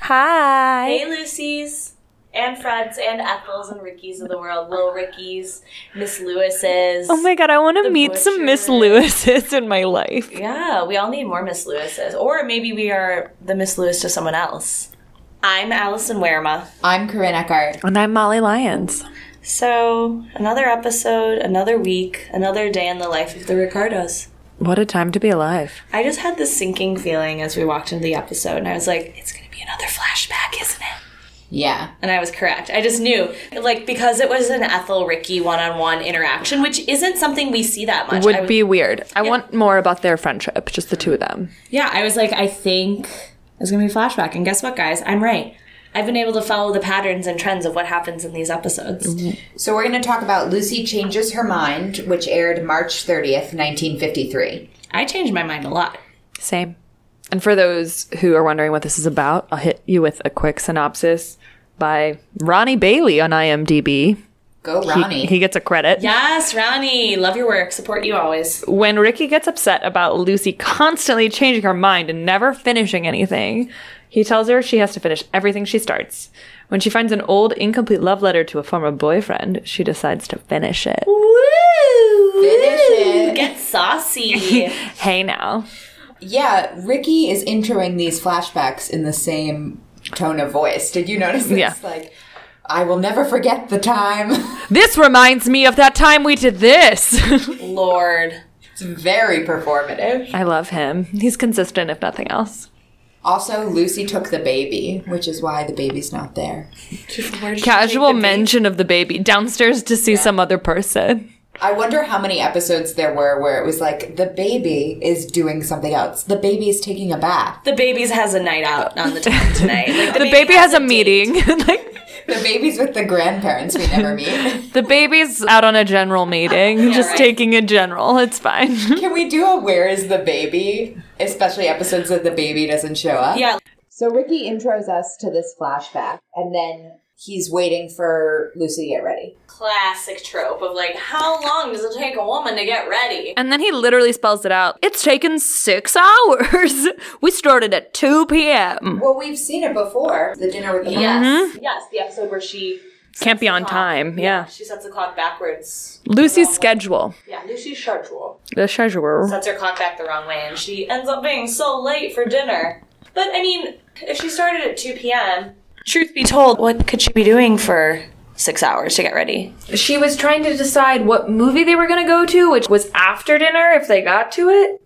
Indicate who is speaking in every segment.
Speaker 1: Hi.
Speaker 2: Hey, Lucy's and Freds and Ethels and Rickies of the world. Little Rickies, Miss Lewis's.
Speaker 1: Oh my god, I want to
Speaker 2: The
Speaker 1: meet some Miss
Speaker 2: butcher.
Speaker 1: Lewises in my life.
Speaker 2: Yeah, we all need more Miss Lewis's. Or maybe we are the Miss Lewis to someone else. I'm Allison Werma.
Speaker 3: I'm Corinne Eckhart.
Speaker 1: And I'm Molly Lyons.
Speaker 2: So, another episode, another week, another day in the life of the Ricardos.
Speaker 1: What a time to be alive.
Speaker 2: I just had this sinking feeling as we walked into the episode, and I was like, it's going to be another flashback, isn't it?
Speaker 3: Yeah.
Speaker 2: And I was correct. I just knew. Like, because it was an Ethel Ricky one on one interaction, which isn't something we see that much. I
Speaker 1: Would
Speaker 2: was-
Speaker 1: be weird. I want more about their friendship, just the two of them.
Speaker 2: Yeah, I was like, I think there's gonna be a flashback. And guess what, guys? I'm right. I've been able to follow the patterns and trends of what happens in these episodes.
Speaker 1: Mm-hmm.
Speaker 3: So we're going to talk about Lucy Changes Her Mind, which aired March 30th, 1953.
Speaker 2: I changed my mind a lot.
Speaker 1: Same. And for those who are wondering what this is about, I'll hit you with a quick synopsis by Ronnie Bailey on IMDb.
Speaker 3: Go
Speaker 1: He-
Speaker 3: Ronnie.
Speaker 1: He, gets a credit.
Speaker 2: Yes, Ronnie, love your work. Support you always.
Speaker 1: When Ricky gets upset about Lucy constantly changing her mind and never finishing anything, he tells her she has to finish everything she starts. When she finds an old, incomplete love letter to a former boyfriend, she decides to finish it.
Speaker 2: Woo!
Speaker 3: Finish it.
Speaker 2: Get saucy.
Speaker 1: Hey now.
Speaker 3: yeah, Ricky is introing these flashbacks in the same tone of voice. Did you notice this?
Speaker 1: Yeah.
Speaker 3: Like, I will never forget the time.
Speaker 1: This reminds me of that time we did this.
Speaker 2: Lord.
Speaker 3: it's very performative.
Speaker 1: I love him. He's consistent, if nothing else.
Speaker 3: Also, Lucy took the baby, which is why the baby's not there.
Speaker 1: Casual mention of the baby downstairs to see some other person.
Speaker 3: I wonder how many episodes there were where it was like, the baby is doing something else. The baby is taking a bath.
Speaker 2: The baby's has a night out on the town tonight. Like,
Speaker 1: The, baby, has a
Speaker 2: date.
Speaker 1: meeting. like
Speaker 3: The baby's with the grandparents we never meet.
Speaker 1: the baby's out on a general meeting, just
Speaker 2: right.
Speaker 1: taking a general. It's fine.
Speaker 3: Can we do a where is the baby? Especially episodes that the baby doesn't show up.
Speaker 2: Yeah.
Speaker 3: So Ricky intros us to this flashback and then he's waiting for Lucy to get ready.
Speaker 2: Classic trope of like, how long does it take a woman to get ready?
Speaker 1: And then he literally spells it out. It's taken six hours. We started at 2 p.m.
Speaker 3: Well, we've seen it before. The dinner with the
Speaker 2: Yes. Mm-hmm. Yes, the episode where she
Speaker 1: Can't be on
Speaker 2: clock.
Speaker 1: time. Yeah.
Speaker 2: She sets the clock backwards.
Speaker 1: Lucy's schedule.
Speaker 2: Yeah, Lucy's schedule.
Speaker 1: The treasurer.
Speaker 2: Sets her clock back the wrong way, and she ends up being so late for dinner. But I mean, if she started at 2 p.m., truth be told, what could she be doing for six hours to get ready?
Speaker 1: She was trying to decide what movie they were going to go to, which was after dinner if they got to it.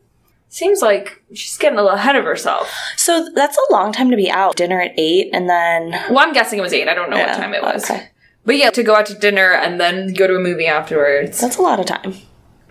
Speaker 1: Seems like she's getting a little ahead of herself.
Speaker 2: So that's a long time to be out. Dinner at 8, and then.
Speaker 1: Well, I'm guessing it was eight. I don't know what time it was.
Speaker 2: Okay.
Speaker 1: But yeah, to go out to dinner and then go to a movie afterwards.
Speaker 2: That's a lot of time.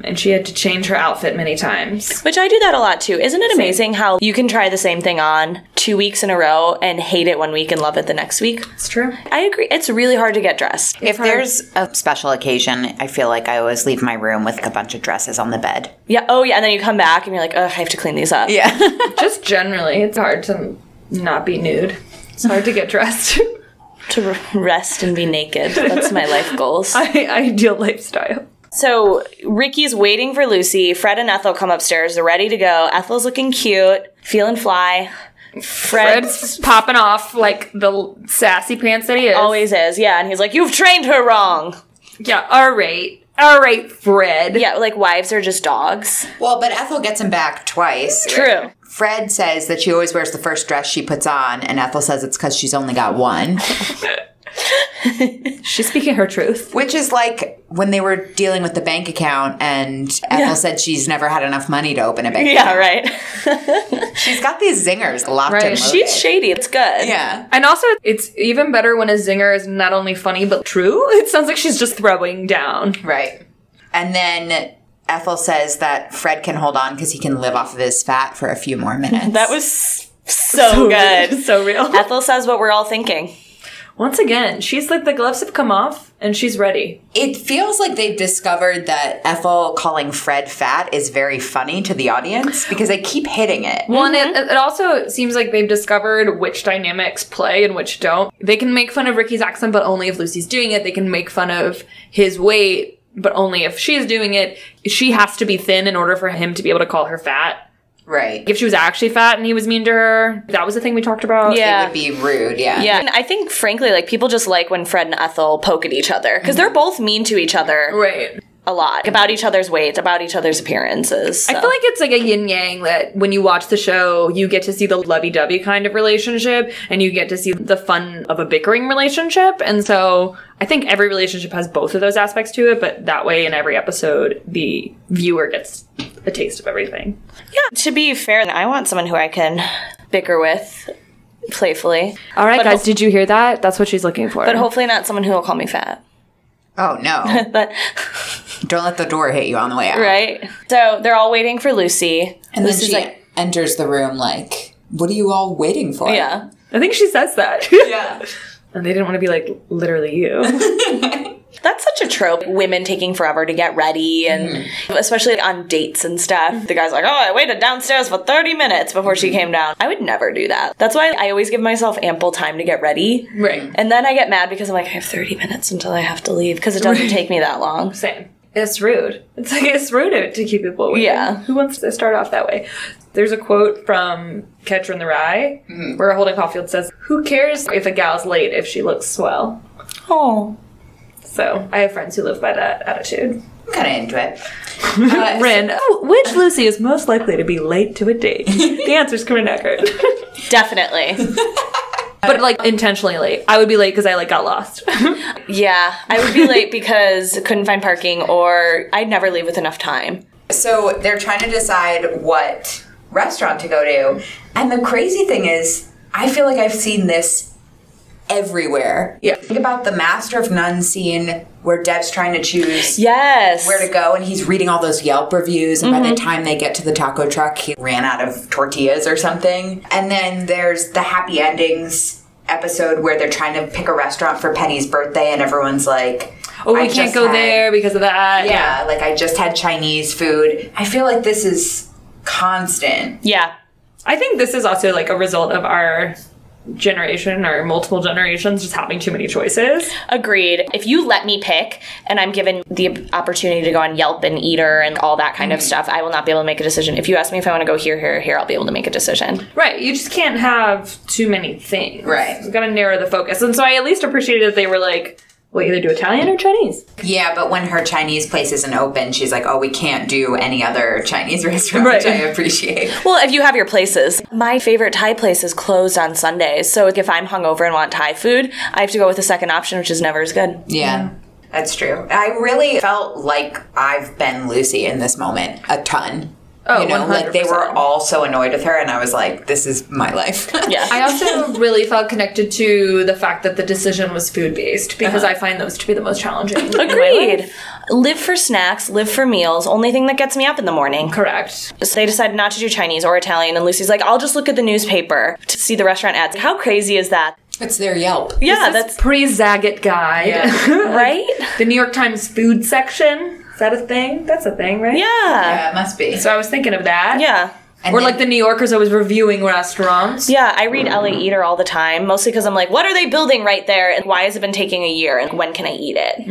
Speaker 1: And she had to change her outfit many times.
Speaker 2: Which I do that a lot too. Isn't it amazing how you can try the same thing on two weeks in a row and hate it one week and love it the next week?
Speaker 1: It's true.
Speaker 2: I agree. It's really hard to get dressed.
Speaker 4: If there's a special occasion, I feel like I always leave my room with a bunch of dresses on the bed.
Speaker 2: Yeah. Oh, yeah. And then you come back and you're like, ugh, I have to clean these up.
Speaker 4: Yeah.
Speaker 1: Just generally, it's hard to not be nude. It's hard to get dressed.
Speaker 2: To r- rest and be naked. That's my life goals.
Speaker 1: My ideal lifestyle.
Speaker 2: So Ricky's waiting for Lucy. Fred and Ethel come upstairs. They're ready to go. Ethel's looking cute, feeling fly. Fred
Speaker 1: Fred's popping off like the sassy pants that he is.
Speaker 2: always is. Yeah. And he's like, you've trained her wrong.
Speaker 1: Yeah, all right. All right, Fred.
Speaker 2: Yeah. Like wives are just dogs.
Speaker 3: Well, but Ethel gets him back twice.
Speaker 2: True.
Speaker 3: Fred says that she always wears the first dress she puts on, and Ethel says it's because she's only got one.
Speaker 1: She's speaking her truth.
Speaker 3: Which is like when they were dealing with the bank account, and Ethel said she's never had enough money to open a bank
Speaker 2: Yeah. Right.
Speaker 3: She's got these zingers locked
Speaker 1: Right.
Speaker 3: in.
Speaker 2: She's shady. It's good.
Speaker 3: yeah.
Speaker 1: And also, it's even better when a zinger is not only funny but true. It sounds like she's just throwing down.
Speaker 3: Right. And then Ethel says that Fred can hold on because he can live off of his fat for a few more minutes.
Speaker 2: That was s- so, good.
Speaker 1: so real.
Speaker 2: Ethel says what we're all thinking.
Speaker 1: Once again, she's like the gloves have come off and she's ready.
Speaker 3: it feels like they've discovered that Ethel calling Fred fat is very funny to the audience because they keep hitting it.
Speaker 1: Well, and it, it also seems like they've discovered which dynamics play and which don't. They can make fun of Ricky's accent, but only if Lucy's doing it. They can make fun of his weight, but only if she's doing it. She has to be thin in order for him to be able to call her fat.
Speaker 3: Right.
Speaker 1: If she was actually fat and he was mean to her, that was the thing we talked about.
Speaker 2: Yeah.
Speaker 3: It would be rude. Yeah.
Speaker 2: Yeah, and I think frankly, like people just like when Fred and Ethel poke at each other because they're both mean to each other
Speaker 1: Right.
Speaker 2: a lot about each other's weight, about each other's appearances.
Speaker 1: I feel like it's like a yin yang that when you watch the show, you get to see the lovey dovey kind of relationship and you get to see the fun of a bickering relationship. And so I think every relationship has both of those aspects to it, but that way in every episode, the viewer gets a taste of everything.
Speaker 2: yeah. To be fair, I want someone who I can bicker with playfully,
Speaker 1: All right,
Speaker 2: But
Speaker 1: guys,
Speaker 2: ho-
Speaker 1: did you hear that? That's what she's looking for.
Speaker 2: but hopefully not someone who will call me fat.
Speaker 3: Oh no!
Speaker 2: But
Speaker 3: Don't let the door hit you on the way out.
Speaker 2: right, so they're all waiting for Lucy.
Speaker 3: And then
Speaker 2: Lucy's
Speaker 3: she
Speaker 2: like,
Speaker 3: enters the room like, "What are you all waiting for?"
Speaker 2: yeah.
Speaker 1: I think she says that.
Speaker 3: Yeah.
Speaker 1: and they didn't want to be like literally you.
Speaker 2: That's such a trope. Women taking forever to get ready, and especially on dates and stuff. The guy's like, "Oh, I waited downstairs for thirty minutes before she came down." I would never do that. That's why I always give myself ample time to get ready,
Speaker 1: right.
Speaker 2: and then I get mad because I'm like, I have thirty minutes until I have to leave because it doesn't take me that long.
Speaker 1: Same. It's rude. It's like it's rude to keep people waiting.
Speaker 2: Yeah.
Speaker 1: Who wants to start off that way? There's a quote from Catcher in the Rye where Holden Caulfield says, "Who cares if a gal's late if she looks swell?"
Speaker 2: Oh,
Speaker 1: So I have friends who live by that attitude.
Speaker 3: I'm kind of into it. Uh,
Speaker 1: Rin, oh, which Lucy is most likely to be late to a date? the answer's Corinne Eckert.
Speaker 2: definitely.
Speaker 1: but like intentionally late. I would be late because I like got lost.
Speaker 2: yeah, I would be late because I couldn't find parking, or I'd never leave with enough time.
Speaker 3: So they're trying to decide what restaurant to go to. And the crazy thing is, I feel like I've seen this everywhere.
Speaker 1: Yeah.
Speaker 3: Think about the Master of None scene where Deb's trying to choose
Speaker 2: Yes.
Speaker 3: where to go and he's reading all those Yelp reviews and by the time they get to the taco truck he ran out of tortillas or something. And then there's the happy endings episode where they're trying to pick a restaurant for Penny's birthday and everyone's like
Speaker 1: oh, we
Speaker 3: "I
Speaker 1: can't
Speaker 3: just
Speaker 1: go
Speaker 3: had-
Speaker 1: there because of that.
Speaker 3: yeah, like I just had Chinese food. I feel like this is constant.
Speaker 2: yeah.
Speaker 1: I think this is also like a result of our generation or multiple generations just having too many choices.
Speaker 2: Agreed. If you let me pick and I'm given the opportunity to go on Yelp and Eater and all that
Speaker 3: Mm.
Speaker 2: kind of stuff, I will not be able to make a decision. If you ask me if I want to go here, here, or here, I'll be able to make a decision.
Speaker 1: Right. You just can't have too many things.
Speaker 3: Right.
Speaker 1: You gotta narrow the focus. And so I at least appreciated that they were like, we'll either do Italian or Chinese.
Speaker 3: Yeah, but when her Chinese place isn't open, she's like, "Oh, we can't do any other Chinese restaurant,"
Speaker 1: Right.
Speaker 3: which I appreciate.
Speaker 2: Well, if you have your places, my favorite Thai place is closed on Sundays. So if I'm hungover and want Thai food, I have to go with the second option, which is never as good.
Speaker 3: Yeah. That's true. I really felt like I've been Lucy in this moment a ton.
Speaker 1: Oh,
Speaker 3: you know, like they were
Speaker 1: 100%.
Speaker 3: all so annoyed with her, and I was like, "This is my life."
Speaker 2: Yeah.
Speaker 1: I also really felt connected to the fact that the decision was food based because I find those to be the most challenging. in my life.
Speaker 2: Agreed. Live for snacks, live for meals, only thing that gets me up in the morning.
Speaker 1: Correct.
Speaker 2: So they decided not to do Chinese or Italian, and Lucy's like, I'll just look at the newspaper to see the restaurant ads. How crazy is that?
Speaker 3: it's their Yelp.
Speaker 2: Yeah,
Speaker 1: That's pre Zagat guide.
Speaker 2: right.
Speaker 1: the New York Times food section. Is that a thing? That's a thing, right?
Speaker 2: Yeah.
Speaker 3: Yeah, it must be.
Speaker 1: So I was thinking of that.
Speaker 2: Yeah.
Speaker 3: And
Speaker 1: Or
Speaker 3: then-
Speaker 1: like the New Yorkers always reviewing restaurants.
Speaker 2: Yeah, I read LA Eater all the time, mostly because I'm like, what are they building right there? And why has it been taking a year? And when can I eat it?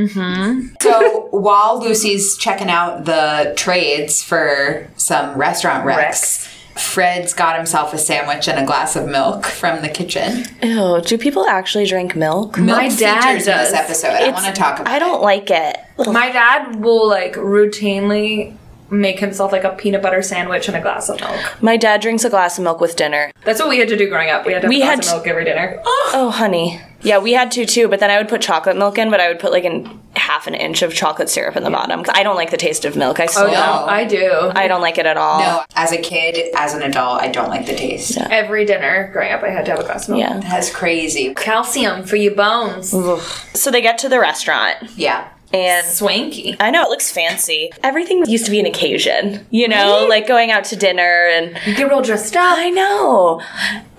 Speaker 3: So while Lucy's checking out the trades for some restaurant recs, Fred's got himself a sandwich and a glass of milk from the kitchen.
Speaker 2: Ew, do people actually drink milk?
Speaker 3: Milk
Speaker 1: My dad
Speaker 3: features in this
Speaker 1: does.
Speaker 3: episode. I want to talk about.
Speaker 2: I don't like it.
Speaker 1: My dad will like routinely make himself like a peanut butter sandwich and a glass of milk.
Speaker 2: My dad drinks a glass of milk with dinner.
Speaker 1: That's what we had to do growing up. We had to have
Speaker 2: We
Speaker 1: a glass
Speaker 2: had
Speaker 1: of
Speaker 2: to-
Speaker 1: milk every dinner.
Speaker 2: Oh, honey. Yeah, we had two too, but then I would put chocolate milk in, but I would put like an half an inch of chocolate syrup in the bottom. 'Cause I don't like the taste of milk. I still
Speaker 1: no,
Speaker 3: Oh, no.
Speaker 1: I do.
Speaker 2: I don't like it at all.
Speaker 3: No, as a kid, as an adult, I don't like the taste.
Speaker 1: every dinner growing up, I had to have a glass of milk.
Speaker 2: Yeah. Mm.
Speaker 3: That's crazy.
Speaker 1: Calcium for your bones.
Speaker 2: So they get to the restaurant
Speaker 3: Yeah.
Speaker 2: and
Speaker 1: Swanky.
Speaker 2: I know it looks fancy. Everything used to be an occasion, you know, like going out to dinner and
Speaker 1: You get real dressed up.
Speaker 2: I know.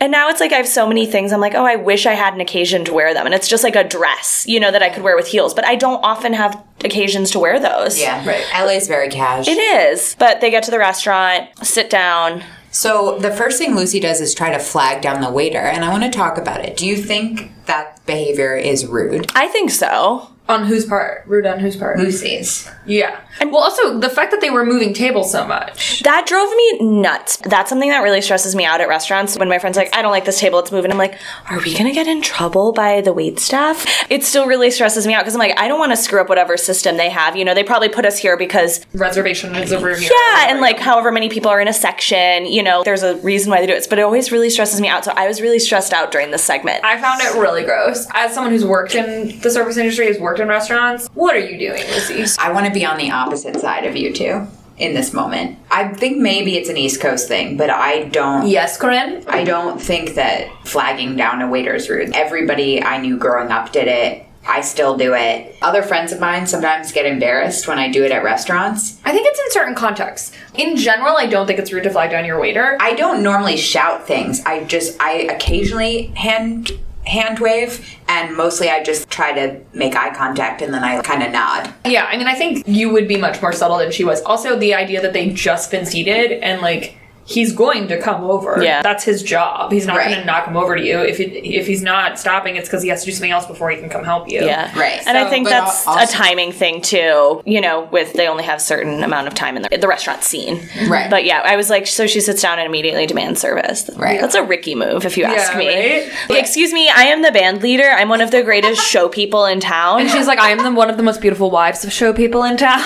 Speaker 2: And now it's like I have so many things. I'm like, oh, I wish I had an occasion to wear them. And it's just like a dress, you know, that I could wear with heels. But I don't often have occasions to wear those.
Speaker 3: Yeah. Right. LA's very cash.
Speaker 2: It is. But they get to the restaurant, sit down.
Speaker 3: So the first thing Lucy does is try to flag down the waiter, and I want to talk about it. Do you think that behavior is rude?
Speaker 2: I think so.
Speaker 5: On whose part? Rude on whose
Speaker 2: Mm-hmm.
Speaker 5: part?
Speaker 3: Lucy's.
Speaker 5: Yeah. And well, also the fact that they were moving tables so much.
Speaker 2: That drove me nuts. That's something that really stresses me out at restaurants. When my friend's like, I don't like this table, let's move. And I'm like, are we going to get in trouble by the wait staff? It still really stresses me out because I'm like, I don't want to screw up whatever system they have. You know, they probably put us here because,
Speaker 5: Reservation is a room.
Speaker 2: yeah, and like however many people are in a section, you know, there's a reason why they do it. But it always really stresses me out. So I was really stressed out during this segment.
Speaker 5: I found it really gross. As someone who's worked in the service industry, has worked in restaurants, what are you doing, Lucy?
Speaker 3: I want to be on the opposite side of you two in this moment. I think maybe it's an East Coast thing, but I don't.
Speaker 5: Yes, Corinne.
Speaker 3: I don't think that flagging down a waiter's rude. Everybody I knew growing up did it. I still do it. Other friends of mine sometimes get embarrassed when I do it at restaurants.
Speaker 5: I think it's in certain contexts. In general, I don't think it's rude to flag down your waiter.
Speaker 3: I don't normally shout things. I just I occasionally hand hand wave and mostly I just try to make eye contact and then I kind of nod.
Speaker 5: Yeah, I mean, I think you would be much more subtle than she was. Also, the idea that they just been seated and like he's going to come over.
Speaker 2: Yeah.
Speaker 5: that's his job. He's not
Speaker 3: Right.
Speaker 5: going to knock him over to you. If he, if he's not stopping, it's because he has to do something else before he can come help you.
Speaker 2: Yeah.
Speaker 3: Right.
Speaker 2: And I
Speaker 3: So-
Speaker 2: think
Speaker 3: but
Speaker 2: that's
Speaker 3: al-
Speaker 2: a
Speaker 3: also-
Speaker 2: timing thing too, you know, with they only have certain amount of time in the, the restaurant scene.
Speaker 3: Right.
Speaker 2: But yeah, I was like, so she sits down and immediately demands service.
Speaker 3: Right.
Speaker 2: That's a Ricky move, if you ask me.
Speaker 5: right?
Speaker 2: Like, Excuse me, I am the band leader. I'm one of the greatest show people in town.
Speaker 1: She's like, I am the, one of the most beautiful wives of show people in town.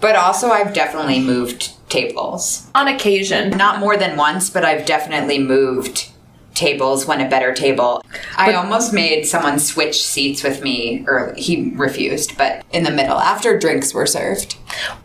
Speaker 3: But also I've definitely moved tables.
Speaker 5: on occasion.
Speaker 3: Not more than once, but I've definitely moved tables when a better table. I almost made someone switch seats with me or he refused, but in the middle after drinks were served.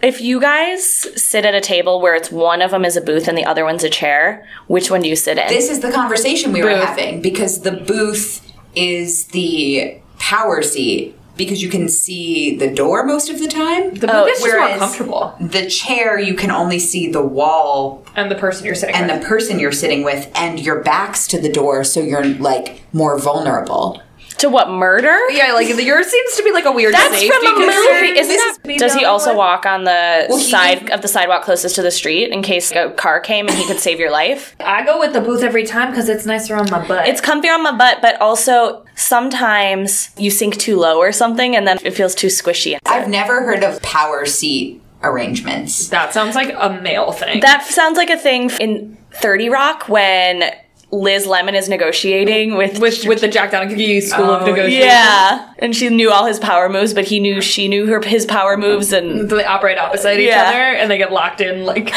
Speaker 2: If you guys sit at a table where it's one of them is a booth and the other one's a chair, which one do you sit in?
Speaker 3: this is the conversation we were having because the booth is the power seat because you can see the door most of the time.
Speaker 5: The
Speaker 1: Oh,
Speaker 5: booth is just more
Speaker 3: whereas-
Speaker 5: comfortable,
Speaker 3: The chair, you can only see the wall
Speaker 5: and the person you're sitting
Speaker 3: and
Speaker 5: with.
Speaker 3: the person you're sitting with, and your back's to the door, so you're like more vulnerable.
Speaker 2: to what murder?
Speaker 1: yeah, like yours seems to be like a weird
Speaker 2: That's
Speaker 1: safety
Speaker 2: from a
Speaker 1: concern.
Speaker 2: movie. Isn't
Speaker 1: This
Speaker 2: that-
Speaker 1: is-
Speaker 2: does he also
Speaker 1: Well,
Speaker 2: walk on the
Speaker 3: he-
Speaker 2: side of the sidewalk closest to the street in case a car came and he could save your life?
Speaker 1: I go with the booth every time because it's nicer on my butt.
Speaker 2: It's comfy on my butt, but also sometimes you sink too low or something and then it feels too squishy.
Speaker 3: I've never heard of power seat arrangements.
Speaker 5: that sounds like a male thing.
Speaker 2: That sounds like a thing in 30 Rock when Liz Lemon is negotiating with.
Speaker 5: with with the Jack Donaghy School
Speaker 1: Oh,
Speaker 5: of Negotiation.
Speaker 2: yeah, and she knew all his power moves, but he knew she knew her his power moves, and
Speaker 5: They operate opposite each
Speaker 2: Yeah.
Speaker 5: other and they get locked in like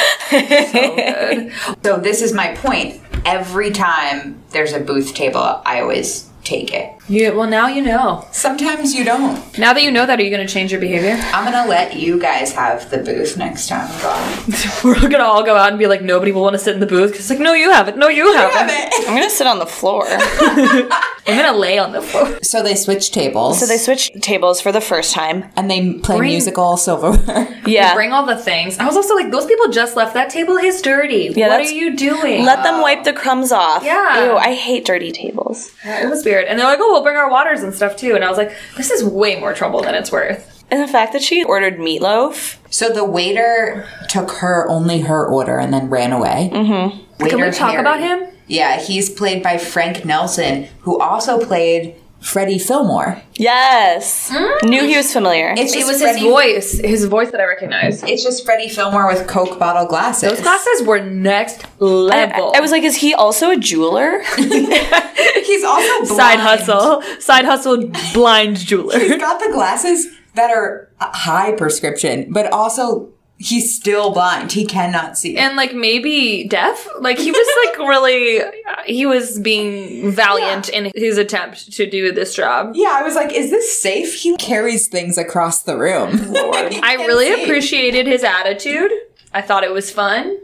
Speaker 3: So, this is my point. Every time there's a booth table, I always take it.
Speaker 1: yeah, well, now you know.
Speaker 3: Sometimes you don't.
Speaker 1: Now that you know that, are you going to change your behavior?
Speaker 3: I'm gonna let you guys have the booth next time. I'm gone.
Speaker 1: We're going to all go out and be like, nobody will want to sit in the booth. 'cause it's like, no, you haven't. No, you haven't.
Speaker 2: I'm gonna sit on the floor.
Speaker 1: I'm going to lay on the floor.
Speaker 3: So they switch tables.
Speaker 2: so they switched tables for the first time.
Speaker 3: and they play musical silverware.
Speaker 2: Yeah,
Speaker 1: Bring all the things. I was also like, those people just left. That table is dirty.
Speaker 2: Yeah,
Speaker 1: what are
Speaker 2: that's-
Speaker 1: you doing?
Speaker 2: Let them wipe the crumbs off.
Speaker 1: Yeah.
Speaker 2: Ew, I hate dirty tables.
Speaker 1: it was weird. And they're like, oh, we'll bring our waters and stuff too. And I was like, this is way more trouble than it's worth.
Speaker 2: And the fact that she ordered meatloaf.
Speaker 3: so the waiter took her only her order and then ran away. Mm-hmm. Waiter
Speaker 1: Can we talk
Speaker 3: Harry.
Speaker 1: about him?
Speaker 3: Yeah, he's played by Frank Nelson, who also played Freddie Fillmore.
Speaker 2: Yes.
Speaker 1: Hmm?
Speaker 2: Knew he was familiar.
Speaker 3: It's
Speaker 1: It
Speaker 3: just
Speaker 1: was his
Speaker 3: Freddie-
Speaker 1: voice, his voice that I recognized.
Speaker 3: It's just Freddie Fillmore with Coke bottle glasses.
Speaker 1: Those glasses were next
Speaker 2: I,
Speaker 1: level.
Speaker 2: I was like, is he also a jeweler?
Speaker 3: He's also blind.
Speaker 1: side hustle, side hustle, blind jeweler.
Speaker 3: He's got the glasses that are uh, high prescription, but also he's still blind. He cannot see.
Speaker 1: and like maybe deaf. Like he was like really, he was being valiant in his attempt to do this job.
Speaker 3: Yeah, I was like, is this safe? He carries things across the room.
Speaker 1: I really appreciated his attitude. I thought it was fun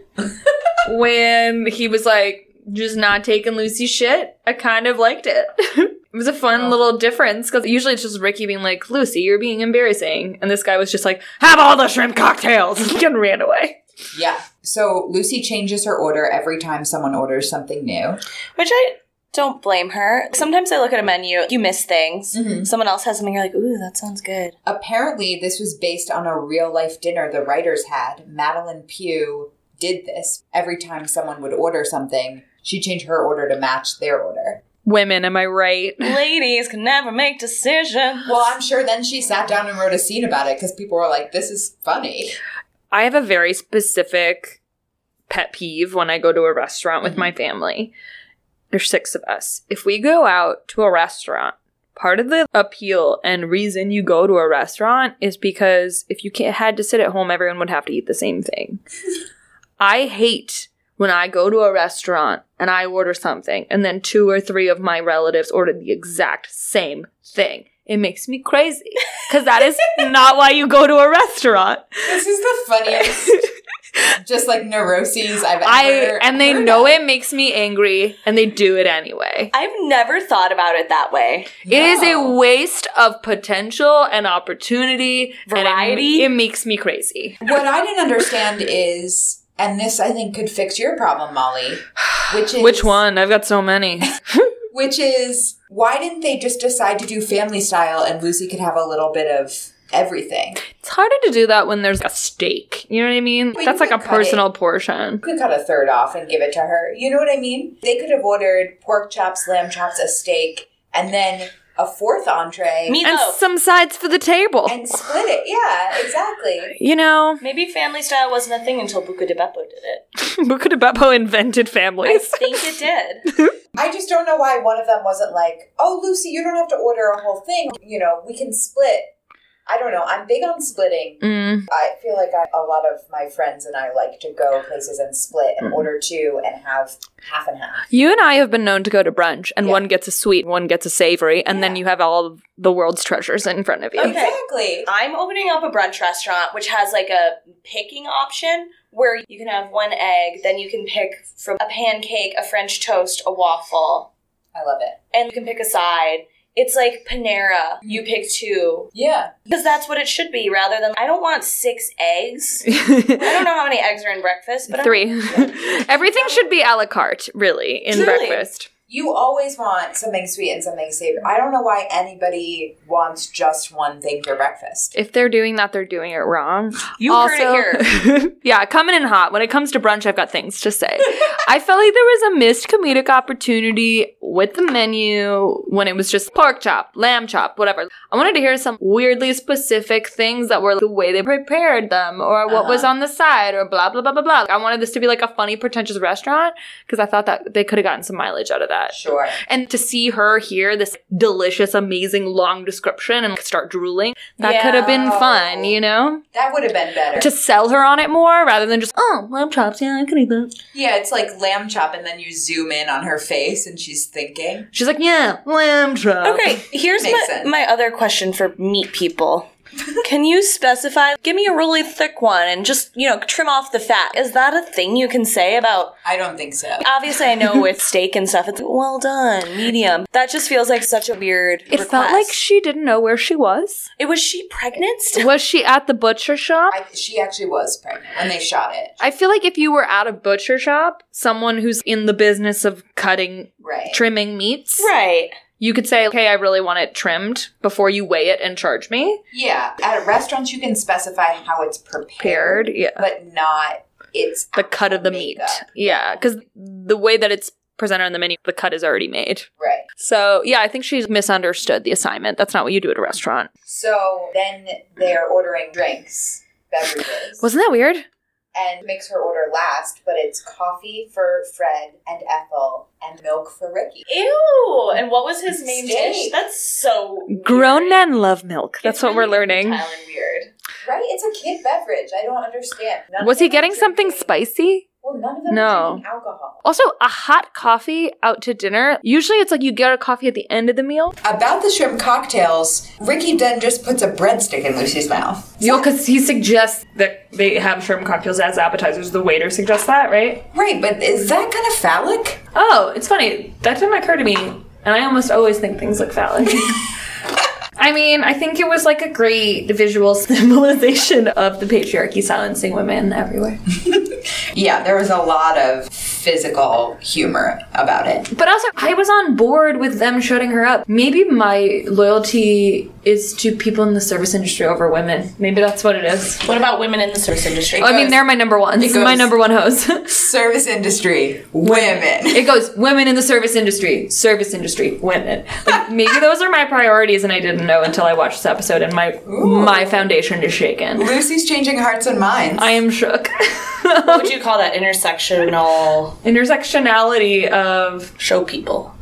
Speaker 1: when he was like just not taking Lucy's shit. I kind of liked it. It was a fun little difference because usually it's just Ricky being like, Lucy, you're being embarrassing. And this guy was just like, have all the shrimp cocktails and ran away.
Speaker 3: Yeah. So Lucy changes her order every time someone orders something new.
Speaker 2: Which I don't blame her. Sometimes I look at a menu, you miss things.
Speaker 1: Mm-hmm.
Speaker 2: Someone else has something, you're like, ooh, that sounds good.
Speaker 3: Apparently, this was based on a real life dinner the writers had. Madeline Pugh did this. Every time someone would order something, she changed her order to match their order.
Speaker 1: women, am I right?
Speaker 2: Ladies can never make decisions.
Speaker 3: Well, I'm sure then she sat down and wrote a scene about it because people were like, this is funny.
Speaker 1: I have a very specific pet peeve when I go to a restaurant with my family. There's six of us. If we go out to a restaurant, part of the appeal and reason you go to a restaurant is because if you ca had to sit at home, everyone would have to eat the same thing. I hate when I go to a restaurant and I order something, and then two or three of my relatives order the exact same thing. It makes me crazy because that is not why you go to a restaurant.
Speaker 3: This is the funniest, just like neuroses I've ever
Speaker 1: I and they
Speaker 3: heard
Speaker 1: know
Speaker 3: of.
Speaker 1: it makes me angry and they do it anyway.
Speaker 2: I've never thought about it that way.
Speaker 1: It is a
Speaker 3: No.
Speaker 1: waste of potential and opportunity
Speaker 2: Variety?
Speaker 1: and it- it, makes me crazy.
Speaker 3: What I didn't understand is, and this I think could fix your problem, Molly, which is.
Speaker 1: Which one? I've got so many.
Speaker 3: Which is, why didn't they just decide to do family style and Lucy could have a little bit of everything?
Speaker 1: it's harder to do that when there's a steak. You know what I mean?
Speaker 3: But
Speaker 1: That's
Speaker 3: you
Speaker 1: like a
Speaker 3: could cut it.
Speaker 1: personal portion.
Speaker 3: could cut a third off and give it to her. You know what I mean? They could have ordered pork chops, lamb chops, a steak, and then a fourth entree
Speaker 1: And
Speaker 2: Meatloaf.
Speaker 1: some sides for the table.
Speaker 3: and split it. Yeah, exactly.
Speaker 1: you know,
Speaker 2: Maybe family style wasn't a thing until Buca de Beppo did it.
Speaker 1: Buca de Beppo invented
Speaker 2: I
Speaker 1: families.
Speaker 2: think it did.
Speaker 3: I just don't know why one of them wasn't like, "Oh, Lucy, you don't have to order a whole thing. You know, we can split." I don't know. I'm big on splitting.
Speaker 1: Mm.
Speaker 3: I feel like I, a lot of my friends and I like to go places and split and order two and have half and half.
Speaker 1: You and I have been known to go to brunch, and
Speaker 3: Yeah.
Speaker 1: one gets a sweet, one gets a savory, and then
Speaker 3: Yeah.
Speaker 1: you have all of the world's treasures in front of you.
Speaker 2: Okay.
Speaker 3: Exactly.
Speaker 2: I'm opening up a brunch restaurant which has like a picking option where you can have one egg, then you can pick from a pancake, a French toast, a waffle,
Speaker 3: I love it.
Speaker 2: and you can pick a side. It's like Panera. You pick two.
Speaker 3: Yeah.
Speaker 2: Because that's what it should be rather than I don't want six eggs. I don't know how many eggs are in breakfast, but I'm-
Speaker 1: Three. Everything should be a la carte, really, in
Speaker 2: Truly.
Speaker 1: breakfast.
Speaker 3: You always want something sweet and something savory. I don't know why anybody wants just one thing for breakfast.
Speaker 1: If they're doing that, they're doing it wrong.
Speaker 2: You heard it here.
Speaker 1: here. yeah, coming in hot. When it comes to brunch, I've got things to say. I felt like there was a missed comedic opportunity with the menu when it was just pork chop, lamb chop, whatever. I wanted to hear some weirdly specific things that were the way they prepared them or
Speaker 2: Uh-huh.
Speaker 1: what was on the side or blah, blah, blah, blah, blah. I wanted this to be like a funny, pretentious restaurant because I thought that they could have gotten some mileage out of that.
Speaker 3: Sure.
Speaker 1: And to see her hear this delicious, amazing, long description and start drooling, that
Speaker 2: Yeah.
Speaker 1: could have been fun, you know?
Speaker 3: That would have been better.
Speaker 1: To sell her on it more rather than just, oh, lamb chops, yeah, I can eat that.
Speaker 3: yeah, it's like lamb chop, and then you zoom in on her face and she's thinking.
Speaker 1: She's like, yeah, lamb chop.
Speaker 2: Okay, here's
Speaker 3: Makes
Speaker 2: my,
Speaker 3: sense.
Speaker 2: my other question for meat people. Can you specify? Give me a really thick one and just, you know, trim off the fat. Is that a thing you can say about?
Speaker 3: I don't think so.
Speaker 2: Obviously, I know with steak and stuff, it's well done, medium. That just feels like such a weird.
Speaker 1: It felt like
Speaker 2: request.
Speaker 1: she didn't know where she was.
Speaker 2: it was she pregnant. Still?
Speaker 1: Was she at the butcher shop?
Speaker 3: I, she actually was pregnant when they shot it.
Speaker 1: I feel like if you were at a butcher shop, someone who's in the business of cutting,
Speaker 3: Right.
Speaker 1: trimming meats,
Speaker 2: Right.
Speaker 1: you could say, okay, I really want it trimmed before you weigh it and charge me.
Speaker 3: Yeah. At restaurants, you can specify how it's prepared,
Speaker 1: Paired, yeah.
Speaker 3: but not it's
Speaker 1: the cut of the meat.
Speaker 3: makeup.
Speaker 1: Yeah, because the way that it's presented on the menu, the cut is already made.
Speaker 3: Right.
Speaker 1: So yeah, I think she's misunderstood the assignment. That's not what you do at a restaurant.
Speaker 3: So then they're ordering drinks, beverages.
Speaker 1: Wasn't that weird?
Speaker 3: and makes her order last, but it's coffee for Fred and Ethel and milk for Ricky.
Speaker 2: Ew. And what was his main
Speaker 3: Steak.
Speaker 2: dish? That's so weird.
Speaker 1: Grown men love milk. That's
Speaker 2: It's
Speaker 1: what we're
Speaker 2: really
Speaker 1: learning.
Speaker 2: infantile and weird.
Speaker 3: Right? It's a kid beverage. I don't understand. None of
Speaker 1: Was he
Speaker 3: them are
Speaker 1: getting something
Speaker 3: drinking-
Speaker 1: spicy?
Speaker 3: Well, none of them
Speaker 1: No.
Speaker 3: are drinking alcohol.
Speaker 1: Also, a hot coffee out to dinner. Usually, it's like you get a coffee at the end of the meal.
Speaker 3: About the shrimp cocktails, Ricky then just puts a breadstick in Lucy's mouth.
Speaker 5: No, because he suggests that they have shrimp cocktails as appetizers. The waiter suggests that, right?
Speaker 3: Right, but is that kind of phallic?
Speaker 5: Oh, it's funny. That didn't occur to me, and I almost always think things look phallic. I mean, I think it was like a great visual symbolization of the patriarchy silencing women everywhere.
Speaker 3: yeah, there was a lot of physical humor about it.
Speaker 1: But also, I was on board with them shutting her up. Maybe my loyalty is to people in the service industry over women. Maybe that's what it is.
Speaker 2: What about women in the service industry?
Speaker 1: I mean, they're my number one. This is my
Speaker 3: goes-
Speaker 1: number one hose.
Speaker 3: Service industry, women.
Speaker 1: it goes women in the service industry, service industry, women. Like, maybe those are my priorities, and I didn't know until I watched this episode, and my my foundation is shaken.
Speaker 3: Lucy's changing hearts and minds.
Speaker 1: I am shook.
Speaker 2: what would you call that intersectional
Speaker 1: Intersectionality of
Speaker 2: show people?